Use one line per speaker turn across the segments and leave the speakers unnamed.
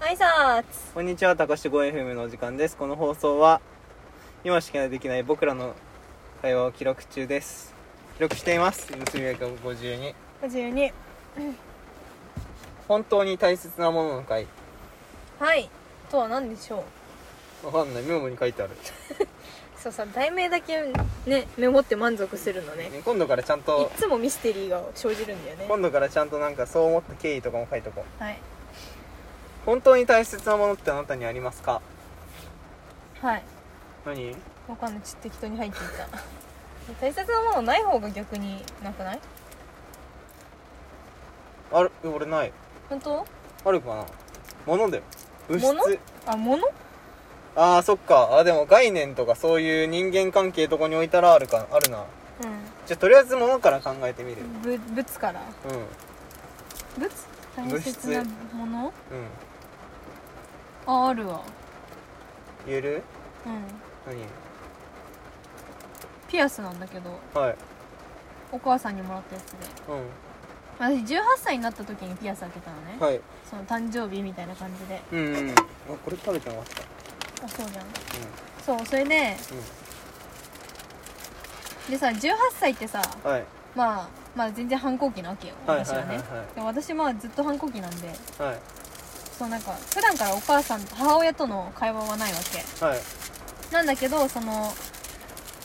挨拶
こんにちは、高志 5FM のお時間です。この放送は、今しかできない僕らの会話を記録中です。記録しています。結び目が52。
52
本当に大切なものの会。
はいとは何でしょう
わかんない。メモに書いてある。
そうさ題名だけねメモって満足するのね
ね今度からちゃん
いっ
と、
つもミステリーが生じるんだよね
今度からちゃんとなんかそう思った経緯とかも書いとこう。
はい
本当に大切なものってあなたにありますか
はい
何
わかんないちょっと適当に入っていた大切なものない方が逆になくない
ある、俺ない。
本当
あるかな物だよ。物
物
質。
あ物
ああ、そっか。あ、でも概念とかそういう人間関係とかに置いたらあるか、あるな。じゃあとりあえず物から考えてみる
うんぶ物から
うんうん
物大切なものああるわ
言える
うん
何
ピアスなんだけど
はい
お母さんにもらったやつで
う
私18歳になった時にピアス開けたのね
んはい
その誕生日みたいな感じで
うんうんあこれ食べてなかった
あそうじゃんそうそれででさ18歳ってさ
うんはい
まあまあ全然反抗期なわけよ
はいはい
私は
はい
ね
は
で私まあずっと反抗期なんで
いはい
そうなんか普段からお母さん母親との会話はないわけ
はい
なんだけどその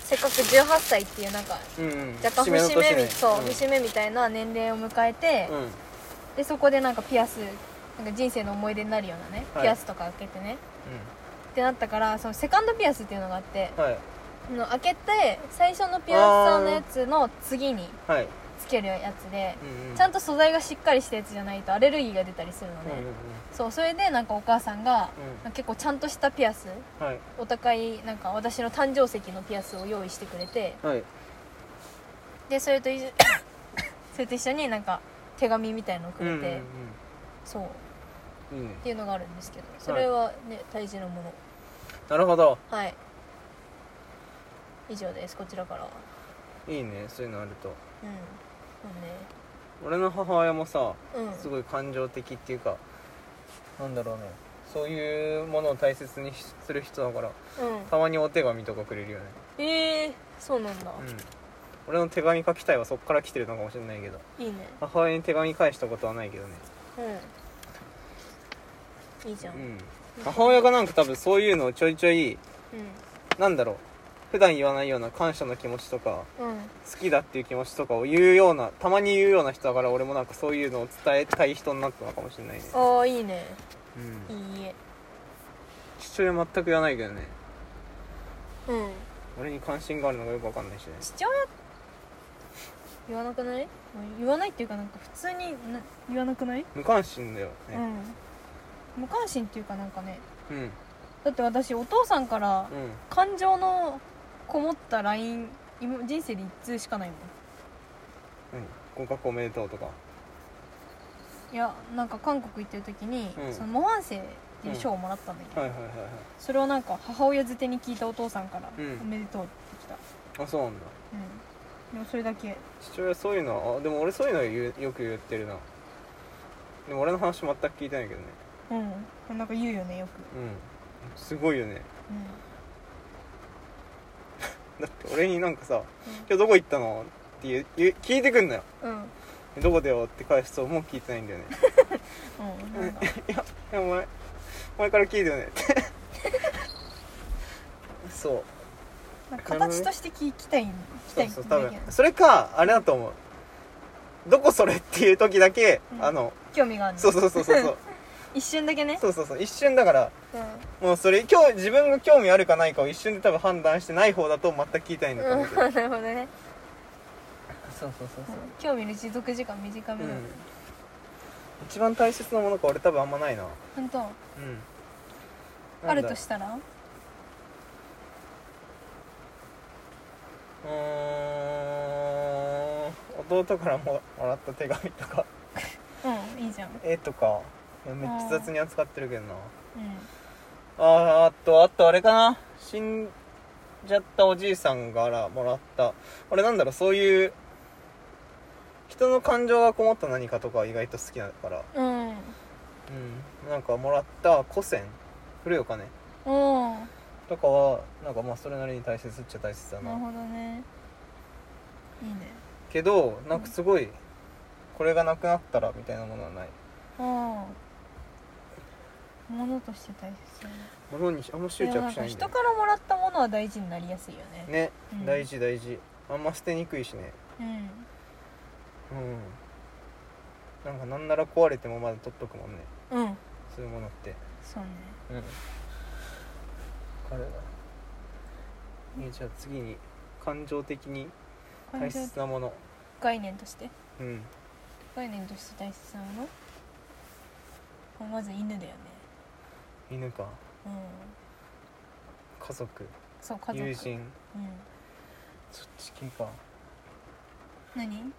せっかく18歳っていうなんか
うんうん
若干
の
節目
年
み
ね
そう、
ん
節目みたいな年齢を迎えて、
うん
でそこでなんかピアスなんか人生の思い出になるようなね、
はい
ピアスとか開けてねってなったからそのセカンドピアスっていうのがあって
うんはい
あの開けて最初のピアスさんのやつの次に
はい
つけるやつで
うんうん
ちゃんと素材がしっかりしたやつじゃないとアレルギーが出たりするの
うんうん
ね
うん
そうそれでなんかお母さんが
う
結構ちゃんとしたピアス
はい
お互いなんか私の誕生石のピアスを用意してくれて
はい
でそれとい それと一緒になんか手紙みたいのをく
うんう
れ
ん
て、そうっ
うんいいね
ていうのがあるんですけどそれはね、大事なもの
なるほど
はい以上ですこちらからは
いいねそういうのあると
うんも
俺の母親もさ
うねうん
すごい感情的っていうかなんだろうねそういうものを大切にしする人だから
うん
たまにお手紙とかくれるよね
ええそうなんだ
う、ん俺の手紙書きたいはそっから来てるのかもしれないけど
いいね
母親に手紙返したことはないけどね
うんいいじゃん
う
うん
ん母親がなんか多分そういうのをちょいちょいなんだろう普段言わないような感謝の気持ちとか
うん
好きだっていう気持ちとかを言うようなたまに言うような人だから俺もなんかそういうのを伝えたい人になったのかもしれないね、
ああいいね
うん
いいえ
父親全く言わないけどね
うん
俺に関心があるのがよくわかんないしね
父親言わなくない言わないっていうかなんか普通にな言わなくない、
無関心だよ
う
ね
ん無関心っていうかなんかね
うんうん
だって私お父さんから感情のこもった LINE 今人生で一通しかないもん
何合格おめでとうとか
いやなんか韓国行ってる時に、
うん
その模範生っていう賞をもらったんだけど、
はいはいはいはい
それをなんか母親づてに聞いたお父さんから「
うん
おめでとう」ってきた、
あそうなんだ
うん、でもそれだけ
父親そういうのあでも俺そういうの言うよく言ってるなでも俺の話全く聞いてないけどね
うんなんか言うよねよく、
うんすごいよねだって俺になんかさ「今日どこ行ったの?」って言う言う聞いてくんのよ
うんうん
「どこだよ?」って返すともう聞いてないんだよね
うん なんか
「いやお前前から聞いて よね」ってそう
なんか形として聞きたい聞きた
そう
い
そう多
だけ
分それかあれだと思う「どこそれ?」っていう時だけ、
うん
あの
興味があるの
そうそうそうそうそう
一瞬だけね
そうそうそう一瞬だから
うん
もうそれ今日自分が興味あるかないかを一瞬で多分判断してない方だと全く聞いたいんだと思う
う
け
ん
ど、
なるほどね
そうそうそう
うん興味の持続時間短
う
め
ん
だ
一番大切なものか俺多分あんまないなう
本当
ん
あると
て
したら
うーん弟からももらった手紙とか
うんいいじゃんうん
絵とかいやめっちゃ雑に扱ってるけどなあーあとあとあれかな死んじゃったおじいさんからもらった俺なんだろうそういう人の感情がこもった何かとかは意外と好きだから
うん
うんなんかもらった古銭古いお金
うん
とかはなんかまあそれなりに大切っちゃ大切だ
なる
な
ほどねいいね
けどなんかすごいこれがなくなったらみたいなものはない
うん物として大切だね
物にあんま執
でもな
着
んか
しないんだ
人
よ
からもらったものは大事になりやすいよね
ね
うん
大事大事あんま捨てにくいしね
うん
うんなんかなんなら壊れてもまだ取っとくもんね
うん
そういうものって
そうね
うん彼だえじゃあ次に感情的に
感
大
情
切なもの
概念として
うん
概念として大切なものまあまず犬だよね
犬か
うん
家族
そう家族
友人
うん
そっち系か
何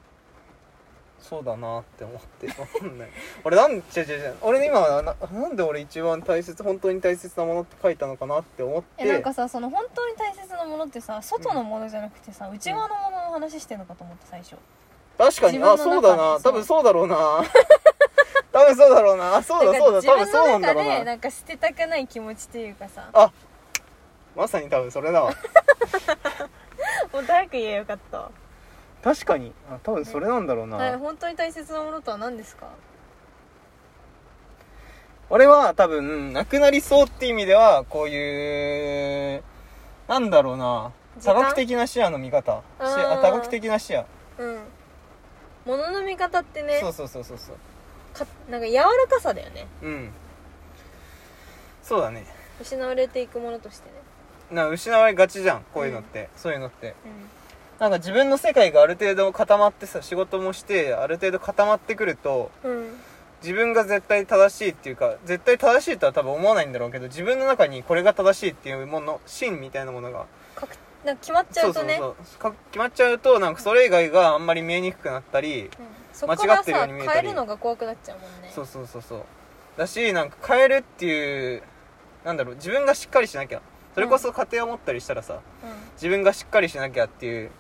そうだなって思ってわかんない 俺なん違う違う違う俺今はななんで俺一番大切本当に大切なものって書いたのかなって思って
えなんかさその本当に大切なものってさ外のものじゃなくてさ、内側のものの話してんのかと思って最初
確かにあ
自分
そ
の中
うだ
に
な
そう
多分そうだろうな 多分そうだろ うなあそうだそうだ
なんか
多分そうな
自分の
んだろ
中
う
で
な
なんか捨てたくない気持ちというか さ
あまさに多分それだわ
もう早く言えよかった
確かにあ多分それなんだろうな、
はい本当に大切なものとは何ですか
俺は多分なくなりそうって意味ではこういうなんだろうな
時
多
間
角的な視野の見方視野
あー
あ多角的な視野
うん物の見方ってね
そうそうそうそうそう
かなんか柔らかさだよね
うんそうだね
失われていくものとしてね
な失われがちじゃんこういうのって、そういうのって
う
なんか自分の世界がある程度固まってさ仕事もしてある程度固まってくると
んうん
自分が絶対正しいっていうか絶対正しいとは多分思わないんだろうけど自分の中にこれが正しいっていうもの芯みたいなものが
かくなんか決まっちゃうとね
そうそうそうか決まっちゃうとなんかそれ以外があんまり見えにくくなったり、
うんそこか
間違
ら
ってるよ
さ
うに見えた
変
り
えるのが怖くなっちゃうもんね
そうそうそうそうだしなんか変えるっていうなんだろう自分がしっかりしなきゃそれこそ家庭を持ったりしたらさ、自分がしっかりしなきゃっていう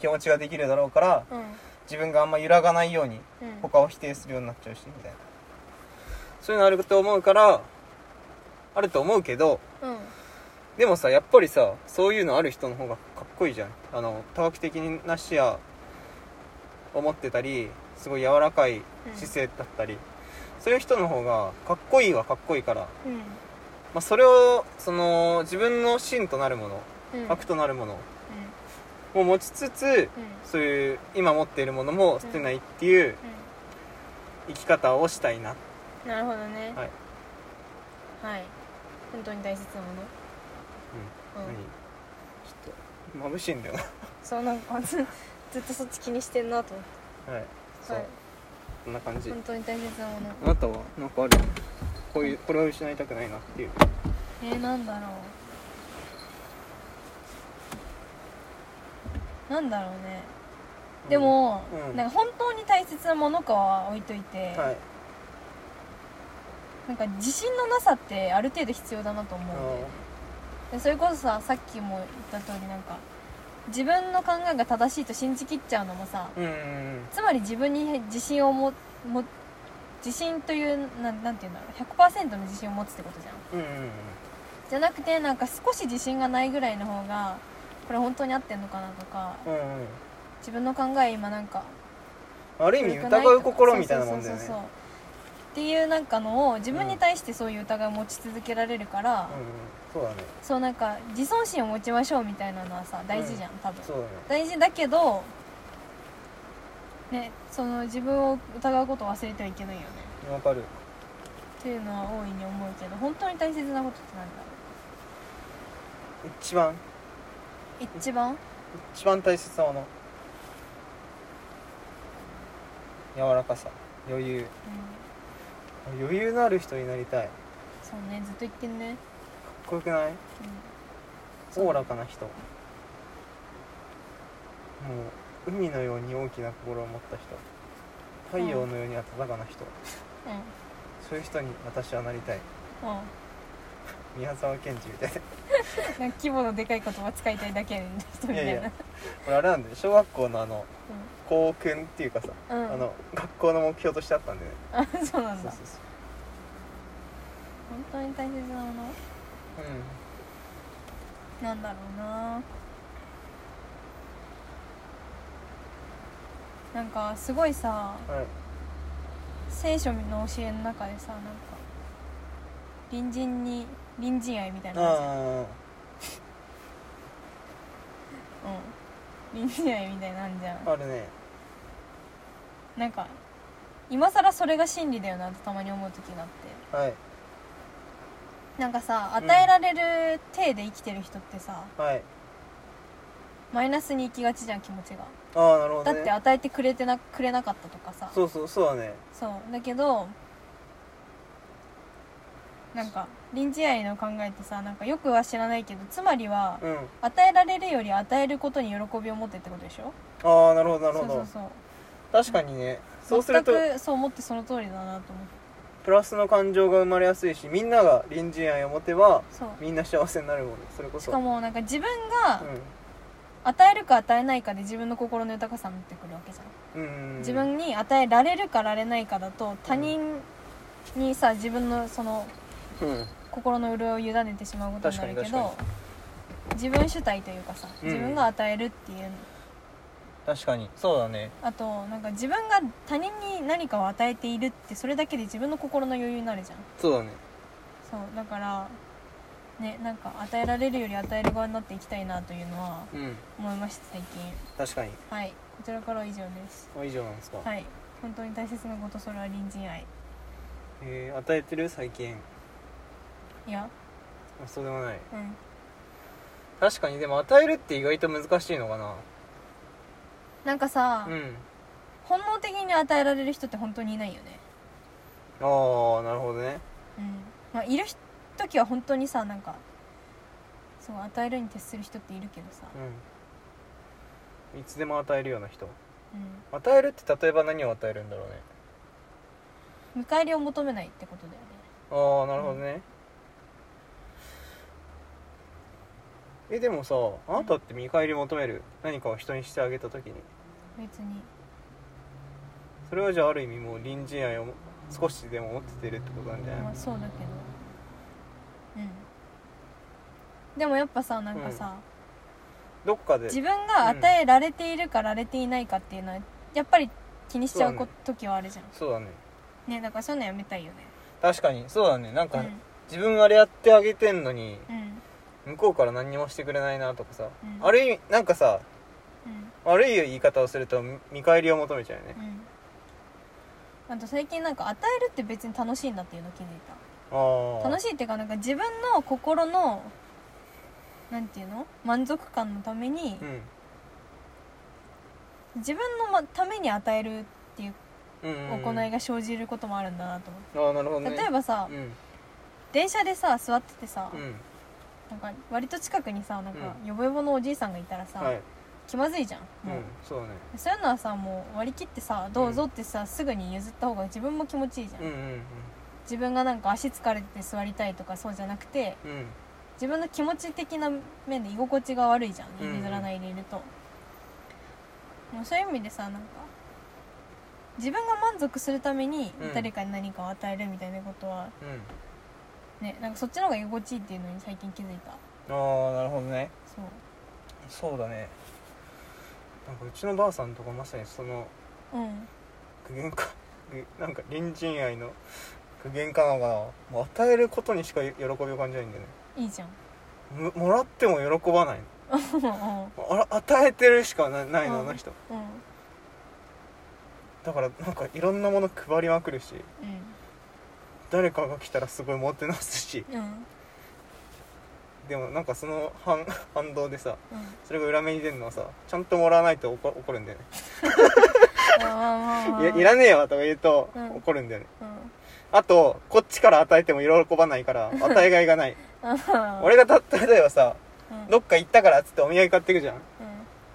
気持ちができるだろうから
うんうん
自分があんま揺らがないように
うん
他を否定するようになっちゃうしみたいなそういうのあると思うからあると思うけど
うん
でもさやっぱりさそういうのある人の方がかっこいいじゃんあの多角的な視野を持ってたりすごい柔らかい姿勢だったり、そういう人の方がかっこいいはかっこいいから、
うん
まあ、それをその自分の芯となるもの
うん
核となるもの
うん
を持ちつつ
うん
そういう今持っているものも捨てないっていう
う
生き方をしたいな、
んなるほどね
はい、
はい本当に大切なもの、う
何
ん
ちょっと眩しいんだよ
そうなんかずっとそっち気にしてんなと思っ
なはい
て
そう、
はい
こんな感じ
本当に大切なもの
あなたはなんかあるこういうこれを失いたくないなっていう
えー、なんだろうなんだろうねでも、
うん
なんか本当に大切なものかは置いといて、
はい
なんか自信のなさってある程度必要だなと思う、でそれこそささっきも言った通りなんか自分の考えが正しいと信じきっちゃうのもさ
うんうん
つまり自分に自信をもも自信というなんなんていうんだろう100%の自信を持つってことじゃん
うんうん
じゃなくてなんか少し自信がないぐらいの方がこれ本当に合ってんのかなとか
うんうんうん
自分の考え今なんか
ある意味疑う心みたいなもんだよ
そう
ね
そうそうそうっていうなんかのを自分に対してそういう疑いを持ち続けられるから、
うんうんそうだね
そうなんか自尊心を持ちましょうみたいなのはさ大事じゃん、多分
そうだね
大事だけどねその自分を疑うことを忘れてはいけないよね
わかる
っていうのは大いに思うけど本当に大切なことってなんだろ
一番
う一番
一番大切なもの柔らかさ余裕
うん
余裕のある人になりたいか
そうねずっと言ってんね
っこよくない
そう
おおらかな人もう海のように大きな心を持った人太陽のように暖かな人、
うんうん
そういう人に私はなりたい
うん
宮沢賢治みたいな
なんか規模のでかい言葉使いたいだけの人 みたいな。
いやいやこれあれなんで小学校のあの校訓っていうかさ、
うん、
あの学校の目標としてあったんでね
あそうな
そうんそう
だ
そう
本当に大切なものなんだろうななんかすごいさ
うんはい
聖書の教えの中でさなんか隣人に隣人愛みたいなのある
あ
じゃんうん隣人愛みたいなのあるじゃん
ああるね
なんか今更それが真理だよなってたまに思う時があって
はい
なんかさ
う
与
ん
えられる体で生きてる人ってさ、
はい
マイナスに行きがちじゃん気持ちが
ああなるほ
だ
ど
って
ね
与えてくれてなくれなかったとかさ
そうそうそうだね
そうだけどなんか臨時愛の考えってさなんかよくは知らないけどつまりは
うん
与えられるより与えることに喜びを持ってってことでしょ
ああなるほどなるほ
そう
ど
そう
確かにねそ
そう
うすると
全くそう思ってその通りだなと思って
プラスの感情が生まれやすいしみんなが隣人愛を持てば
そう
みんな幸せになるもんねそれこそ
しかもなんか自分が
う
与えるか与えないかで自分の心の豊かさになってくるわけじゃん
んうん
自分に与えられるかられないかだと他人にさ自分のその
うん
心の潤いを委ねてしまうことになるけ
確かに
ど
確
自分主体というかさ
うん
自分が与えるっていう、
確かにそうだね
あとなんか自分が他人に何かを与えているってそれだけで自分の心の余裕になるじゃん
そうだね
そうだからねなんか与えられるより与える側になっていきたいなというのは
うん
思いました最近
確かに
はいこちらからは以上です
あ以上なんですか、
はい本当に大切なことそれは隣人愛
えー与えてる最近
いや
あそうでもない
うん
確かにでも与えるって意外と難しいのかな
なんかさ、
うん
本能的に与えられる人って本当にいないよね
ああなるほどね
うんまあいる人時は本当にさなんかそう与えるに徹する人っているけどさ、
うんいつでも与えるような人
うん、
与えるって例えば何を与えるんだろうね
見返りを求めないってことだよね
ああなるほどね、えでもさあなたって見返り求める何かを人にしてあげた時に
別に
それはじゃあある意味もう隣人愛を少しでも持っててるってことなんじゃない、
まあそうだけどうんでもやっぱさなんかさ、
どっかで
自分が与えられているかられていないかっていうのはやっぱり気にしちゃうこ
そうだ
時はあるじゃん
そうだね
ねだからそういうのやめたいよね
確かにそうだねなん
う
か、
ん
自分あれやってあげてんのに
うん
向こうから何にもしてくれないなとかさ、
うん
ある意味なんかさ
うん
悪い言い方をするとみ見返りを求めちゃうよね
う、んあと最近なんか与えるって別に楽しいんだっていうの気づいた
ああ
楽しいっていうかなんか自分の心のなんていうの満足感のために
うん
自分のまために与えるっていう
うんうんうん、
行いが生じることもあるんだなと思
ああなるほど
って、
ね
例えばさ、
うん
電車でさ座っててさ、
う
なんか割と近くにさなんかヨボヨボのおじいさんがいたらさ、
んはい
気まずいじゃん
う
もう、
んそうだね
そういうのはさもう割り切ってさどうぞってさ、すぐに譲った方が自分も気持ちいいじゃん、
うんうん
自分がなんか足疲れて座りたいとかそうじゃなくて
うんうん
自分の気持ち的な面で居心地が悪いじゃ
うんうん
ん譲らないでいると、もうそういう意味でさなんか自分が満足するために
うん
誰かに何かを与えるみたいなことは、
うん
ねなんかそっちの方が居心地いいっていうのに最近気づいた
ああなるほどね
そう
そうだねなんかうちのばあさんとかまさにその
うん
具現化具 なんか隣人愛の具現化なのかなもう与えることにしか喜びを感じないんだよね
いいじゃん
ももらっても喜ばない
うんうん
あら与えてるしかなないの
う
あ
ん
の人
うん
だからなんかいろんなもの配りまくるし誰かが来たらすごいもてなすし
うんうん
でもなんかその反 反動でさそれが裏目に出るのはさちゃんともらわないと怒怒るんだよね
まあまあまあ
いやいらねえよとか言うと
うん
怒るんだよね、
うん
あとこっちから与えても喜ばないから与えがいがない
あ
俺がたった例えばさ
うん
どっか行ったからっつってお土産買ってくじゃん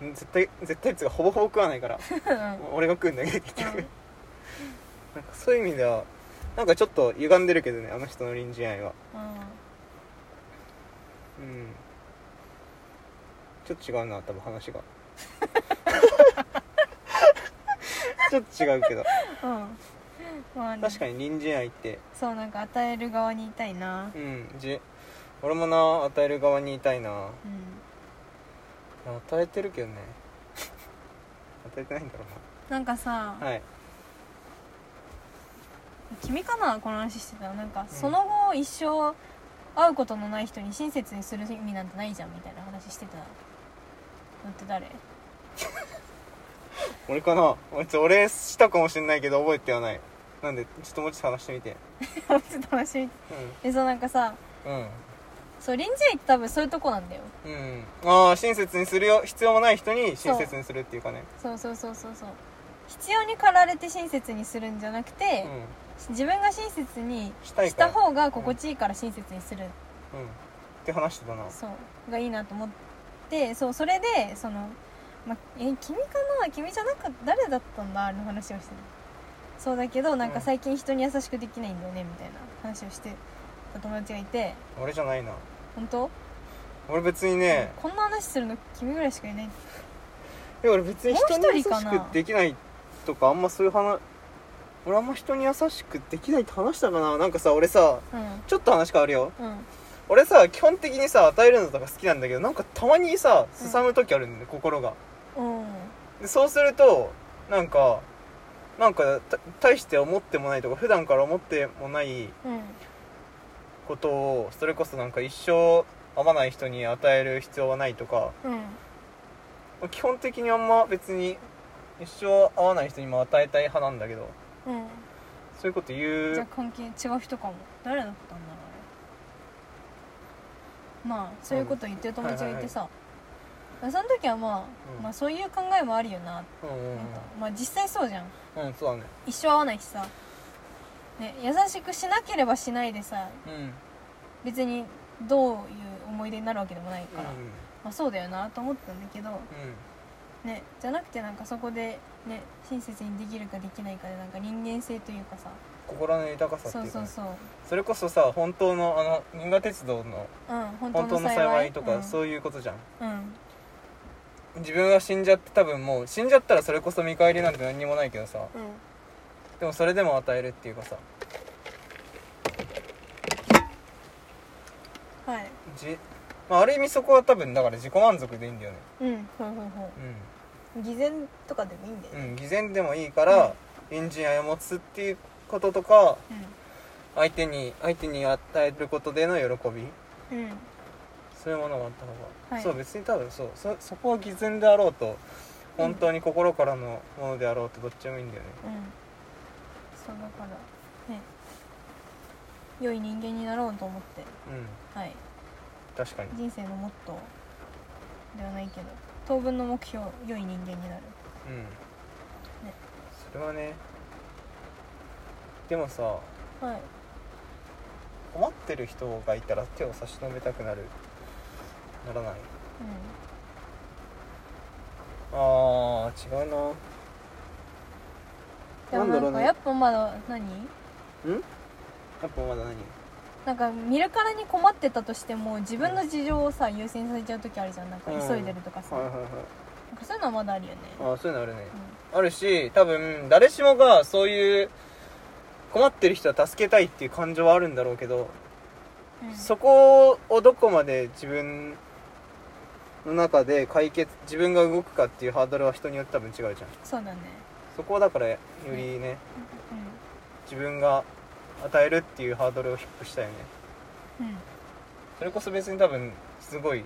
うん
絶対絶対っつうかほぼほぼ食わない か
う
ら
ん
俺が食うんだけど結局、
うん
なんかそういう意味ではなんかちょっと歪んでるけどねあの人の隣人愛は
うん
うんちょっと違うな多分 話がちょっと違うけど
うんまあね、
確か
に
に隣人愛って
そうなんか与える側にいたいな
うんじ俺もな与える側にいたいな
うん
与えてるけどね 与えてないんだろ
なんかさ
う、なはい
君かなこの話してたのなんかその後一生会うことのない人に親切にする意味なんてないじゃんみたいな話してたのって誰
俺かなあいつ俺したかもしれないけど覚えてはないなんでちょっともうちょっと話してみて
あちょっと話見てでそうなんかさ
うんうん
そう臨時愛って多分そういうとこなんだよ
うん、ああ親切にするよ必要もない人に親切にするっていうかね
そうそうそうそうそう必要に駆られて親切にするんじゃなく
う
て、
ん
自分が親切に
したい
し
から
た方が心地いいから親切にする、
うんって話してたな
そうがいいなと思ってそうそれでその、ま、え君かな君じゃなく誰だったんだの話をしてたそうだけどなん
う
か
ん
最近人に優しくできないんだよねみたいな話をしてた友達がいて
俺じゃないな
本当、
俺別にね、
こんな話するの君ぐらいしかいない
いや俺別に人
もう
に優
一人
し
かな
くできないとかあんまそういう話俺あんま人に優しくできないって話したかななんかさ俺さ
う
ちょっと話変わるよ
んうん
俺さ基本的にさ与えるのとか好きなんだけどなんかたまにさすさむ時あるんだよ、心が
うん
でそうするとなんかなんかた大して思ってもないとか普段から思ってもない
うん
ことをそれこそなんか一生会わない人に与える必要はないとか
うん
基本的にあんま別に一生会わない人にも与えたい派なんだけど
うん
そういうこと
じ
言
ゃあ
う
関係違う人かも誰だったんだろうあれまあそういうこと言ってる友達がいてさ、その時はまあ、
うん
まあそういう考えもあるよなって、
うんうん
まあ実際そうじゃん
うんうんそうだね
一生会わないしさ、ね、優しくしなければしないでさ
うん
別にどういう思い出になるわけでもないから、
うん
まあそうだよなと思ったんだけど
うん
ねじゃなくてなんかそこでね親切にできるかできないかでなんか人間性というかさ
心の豊かさって
そ
いううか
そ
ね
うそう
それこそさ本当のあの銀河鉄道の
うん本当
本当
の
の
幸い
幸いとか
う
そういうことじゃん
ん、うん
自分が死んじゃって多分もう死んじゃったらそれこそ見返りなんて何にもないけどさ
うん
でもそれでも与えるっていうかさ
はい
じ、まあ、ある意味そこは多分だから自己満足でいいんだよね
うんほうほうほう偽善とかでもいいんだよ
う
ね
ん、うん、偽善でもいいから隣人愛を持つっていうこととか相手に相手に与えることでの喜び
うんうん
そういうものがあった方が、
はい
そう別に多分そうそそこは偽善であろうと本当に心からのものであろうとどっちでもいいんだよね
そうだからね良い人間になろうと思って
うん
はい
確かに
人生のモットーではないけど当分の目標良い人間になる
うん、それはねでもさ
はい
困ってる人がいたら手を差し伸べたくなるならないあー違うな
うんでも
なんだ
な
ろ
ん
う
か
ね
やっぱまだ何
やっぱまだ何
なんか見るからに困ってたとしても自分の事情をさ優先されちゃう時あるじゃんなんか急いでるとかさ、
はい
なんかそういうのはまだあるよね
ああそういうのあるねあるし多分誰しもがそういう困ってる人は助けたいっていう感情はあるんだろうけど、
うんうん
そこをどこまで自分の中で解決自分が動くかっていうハードルは人によって多分違うじゃん
そうだね
そこはだからよりね、自分が与えるっていうハードルを低くしたよね
うんうん
それこそ別に多分すごい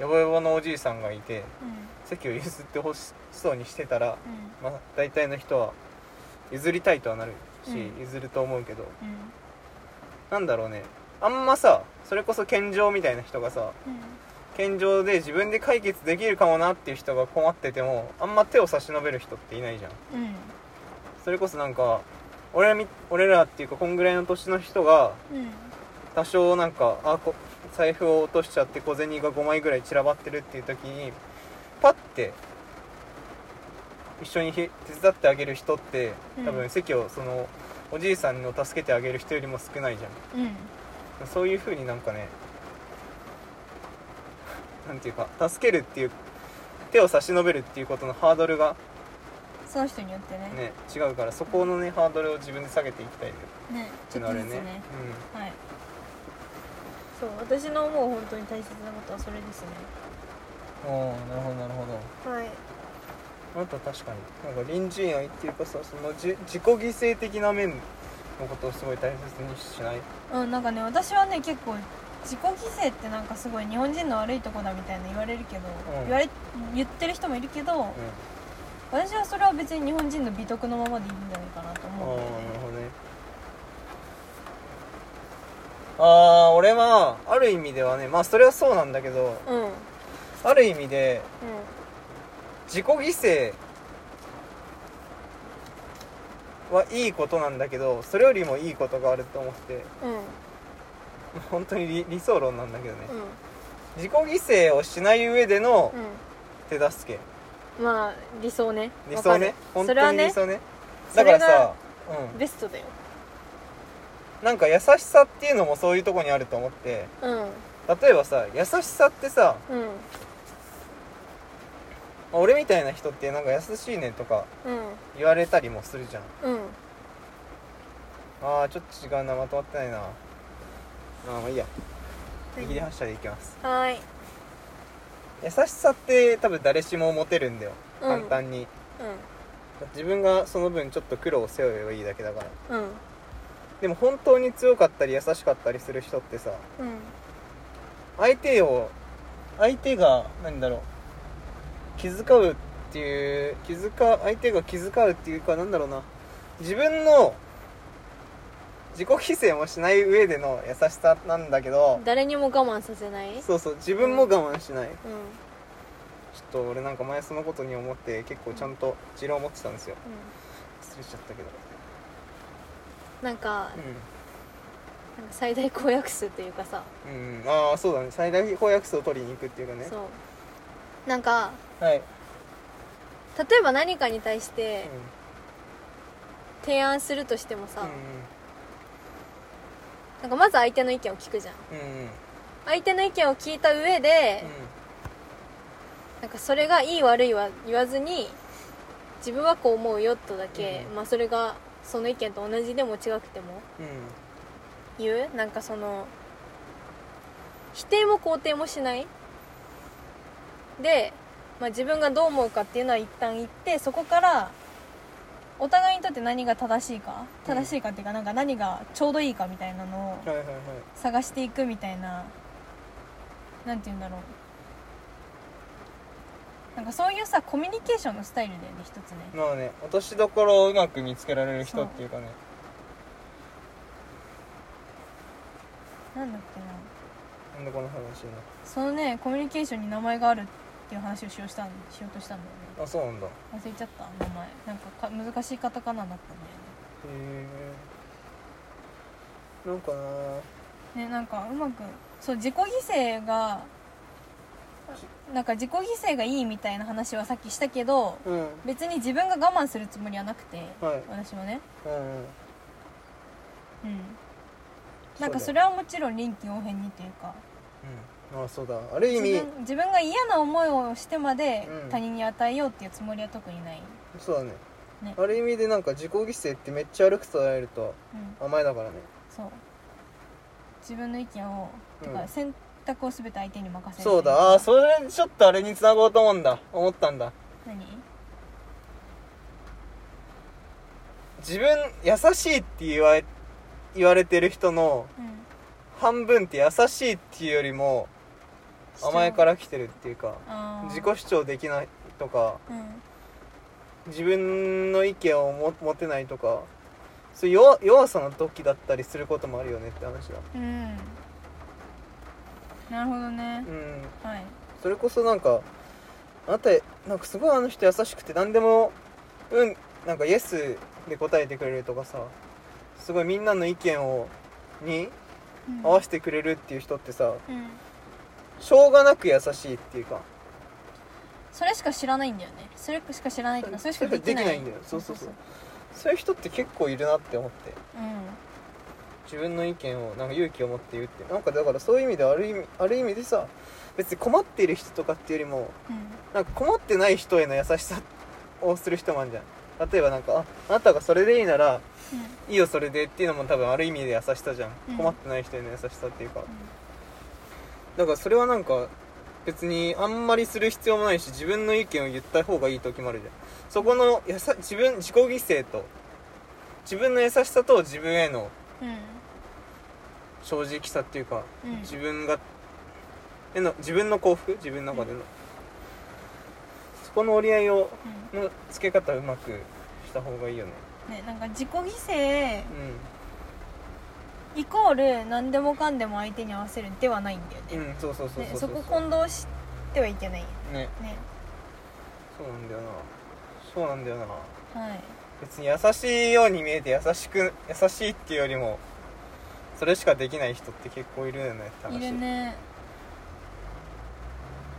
ヤボヤボのおじいさんがいて席を譲ってほしそうにしてた
う
ら、
ん
まあ、大体の人は譲りたいとはなるし、
うん
譲ると思うけど
うん
なんだろうねあんまさそれこそ健常みたいな人がさ
うん
健常で自分で解決できるかもなっていう人が困っててもあんま手を差し伸べる人っていないじゃん
うん
それこそなんか俺らみ俺らっていうかこんぐらいの年の人が
うん
多少なんかあこ財布を落としちゃって小銭が5枚ぐらい散らばってるっていう時にパッて一緒にひ手伝ってあげる人って多
う
分
ん
席をそのおじいさんの助けてあげる人よりも少ないじゃ
うん
んそういう風になんかねなんていうか助けるっていう手を差し伸べるっていうことのハードルが
その人によってね
ね違うからそこのねハードルを自分で下げていきたいよ
ね
って
ち
いう
ょ
の
っ
は
と
あ
ず
るよ
つ
ね
ねはいそう私の思う本当に大切なことはそれですね
うんおーなるほどなるほど
はい
あなた確かになんか隣人愛っていうかさそのじ自己犠牲的な面のことをすごい大切にしない
うんなんかね私はね結構自己犠牲ってなんかすごい日本人の悪いとこだみたいな言われるけど、
うん
言われ言ってる人もいるけど、
う
私はそれは別に日本人の美徳のままでいいんじゃないかなと
んああ
思
ー
う
なるほどねああ俺はある意味ではねまあそれはそうなんだけど
うんうん
ある意味で自己犠牲はいいことなんだけどそれよりもいいことがあると思って
うん
本当に理理想論なんだけどね
うん
自己犠牲をしない上での手助け
うんまあ理想ね
理想ね
わ
本
かるそれは
当に
ね
理想ね
そ
だか
れ
ら
が
さ、う
ベストだよ
ん、なんか優しさっていうのもそういうとこにあると思って
うん
例えばさ優しさってさ
うん
俺みたいな人ってなんか優しいねとか
うん
言われたりもするじゃん
うん
ああちょっと違うなまとまってないなあーまあいいや見切り発車でいきます
はい
優しさって多分誰しも持てるんだよ
うん
簡単に、自分がその分ちょっと苦労を背負えばいいだけだから
うんうん
でも本当に強かったり優しかったりする人ってさ
うん
相手を相手が何だろう気遣うっていう気遣う相手が気遣うっていうかなんだろうな自分の自己犠牲もしない上での優しさなんだけど、
誰にも我慢させないうん
そうそう自分も我慢しない、ちょっと俺なんか前そのことに思って結構ちゃんと持論を持ってたんですよ失礼しちゃったけど
なんか
う
なんか最大公約数というかさ
ん、うん、ああそうだね最大公約数を取りに行くっていうかね
そうなんか
はい、
例えば何かに対して提案するとしてもさ、なんかまず相手の意見を聞くじゃん
うんうんうんうん
相手の意見を聞いた上で、なんかそれがいい悪いは言わずに自分はこう思うよとだけ、
うん
まあそれがその意見と同じでも違くても
うん
言うなんかその否定も肯定もしないで、まあ、自分がどう思うかっていうのは一旦言ってそこから
お互いにとって何が正しいか
うん
正しいかっていうかなんか何がちょうどいいかみたいなの
は
を
いはいはい
探していくみたいななんて言うんだろうなんかそういうさコミュニケーションのスタイルだよね一つね
まあね落としどころをうまく見つけられる人っていうかね
なんだっけな
なんでこの話にな
そのねコミュニケーションに名前があるっていう話をしようしたんしようとしたんだよね
あそうなんだへ
忘れちゃった名前なんかか難しいカタカナだったんだよね
えなんかな
ねなんかうまくそう自己犠牲がなんか自己犠牲がいいみたいな話はさっきしたけど
うん
別に自分が我慢するつもりはなくて
はい
私もね
うんうん
うんなんか
そ
そうれはもちろん臨機応変にというか
うんあそうだある意
自
味
分自分が嫌な思いをしてまで
うん
他人に与えようっていうつもりは特にない、
そうだね
ね
ある意味でなんか自己犠牲ってめっちゃ悪く捉えると
うん、
甘えだからね
そう自分の意見をて
う
か
ん
選択を全て相手に任せる
そうだああーそれちょっとあれにつなごうと思うんだ思ったんだ
何
自分優しいって言われ言われてる人の
うん
半分って優しいっていうよりも甘えから来てるっていうか
あー
自己主張できないとか
うん
自分の意見をも持てないとかそういう弱弱さの時だったりすることもあるよねって話だ
うんなるほどね
うん
はい
それこそなんかあなたなんかすごいあの人優しくて何でもうんなんかイエスで答えてくれるとかさすごいみんなの意見をに
うん
合わせてくれるっていう人ってさ
うん
しょうがなく優しいっていうか
それしか知らないんだよねそれしか知らないとかそれしかできない
できないんだよそうそうそうそういう人って結構いるなって思って
う
自分の意見をなんか勇気を持って言うってなんかだからそういう意味ではある意味ある意味でさ別に困っている人とかっていうよりも
んうん
なんか困ってない人への優しさをする人もあるじゃん例えばなんかああなたがそれでいいならいいよそれでっていうのも多分ある意味で優しさじゃん、
うん
困ってない人への優しさっていうか、だからそれはなんか別にあんまりする必要もないし自分の意見を言った方がいい時もあるじゃんそこのやさ自分自己犠牲と自分の優しさと自分への
うん
正直さっていうか
うん
自分がへの自分の幸福自分の中での、そこの折り合いを
う
のつけ方をうまくした方がいいよね
んねなんか自己犠牲
う
イコール何でもかんでも相手に合わせるではないんだよね,、
んうんそうそうそう
ね
そう
そうこ混同してはいけないよ
ね
ね
そうなんだよなそうなんだよな
はい
別に優しいように見えて優しく優しいっていうよりもそれしかできない人って結構いるよねって話
いるね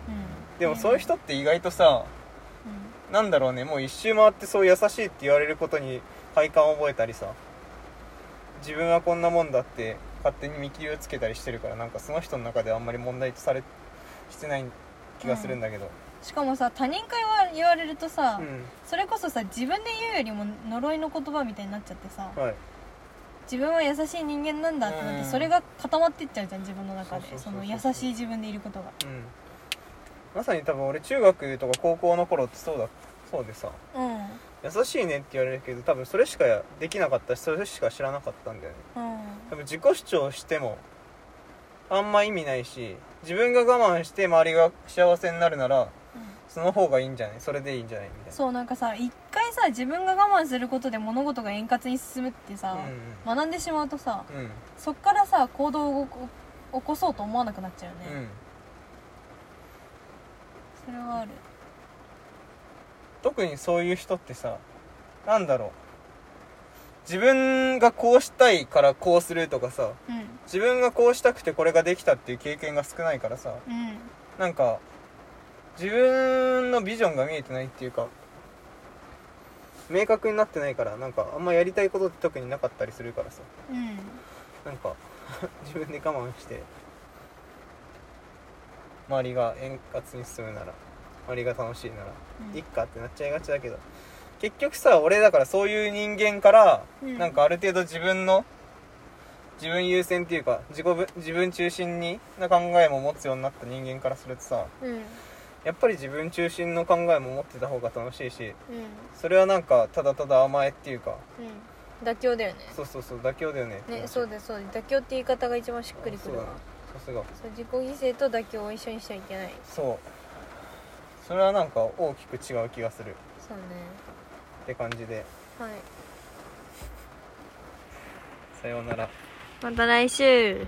うん
でもそういう、人って意外とさ
う
なんだろうねもう一周回ってそう優しいって言われることに快感を覚えたりさ自分はこんなもんだって勝手に見切りをつけたりしてるからなんかその人の中であんまり問題とされしてない気がするんだけど
ん、しかもさ他人から言われるとさ、
うん、
それこそさ自分で言うよりも呪いの言葉みたいになっちゃってさ
はい
自分は優しい人間なんだってなって、
うん
それが固まってっちゃうじゃん自分の中
そう
で
そ
そう
そう
の
そう
優しい自分でいることが
うんまさに多分俺中学とか高校の頃ってそうだそうでさ
うん
優しいねって言われるけど多分それしかできなかったしそれしか知らなかったんだよね多分自己主張してもあんま意味ないし自分が我慢して周りが幸せになるな
う
ら
ん
その方がいいんじゃないそれでいいんじゃないみたいな
そうなんかさ一回さ自分が我慢することで物事が円滑に進むってさ、学んでしまうとさ
うんうん
そっからさ行動を起こ起こそうと思わなくなっちゃうよね、
うん
それはある
特にそういう人ってさなんだろう自分がこうしたいからこうするとかさ
うん
自分がこうしたくてこれができたっていう経験が少ないからさ
うん
なんか自分のビジョンが見えてないっていうか明確になってないからなんかあんまやりたいことって特になかったりするからさ
うん
なんか 自分で我慢して周りが円滑に進むなら周りが楽しいならいっかってなっちゃいがちだけど結局さ俺だからそういう人間から
うん
なんかある程度自分の自分優先っていうか自己ぶ自分中心にな考えも持つようになった人間からするとさ
うんうん
やっぱり自分中心の考えも持ってた方が楽しいしそれはなんかただただ甘えっていうか
うん妥協だよね
そうそうそう妥協だよねって
ねそうですそうです妥協って言い方が一番しっくりく
そう
る
だ
わ
なさすが
そう自己犠牲と妥協を一緒にしちゃいけない
そうそれはなんか大きく違う気がする
そうね
って感じで
はい
さようなら
また来週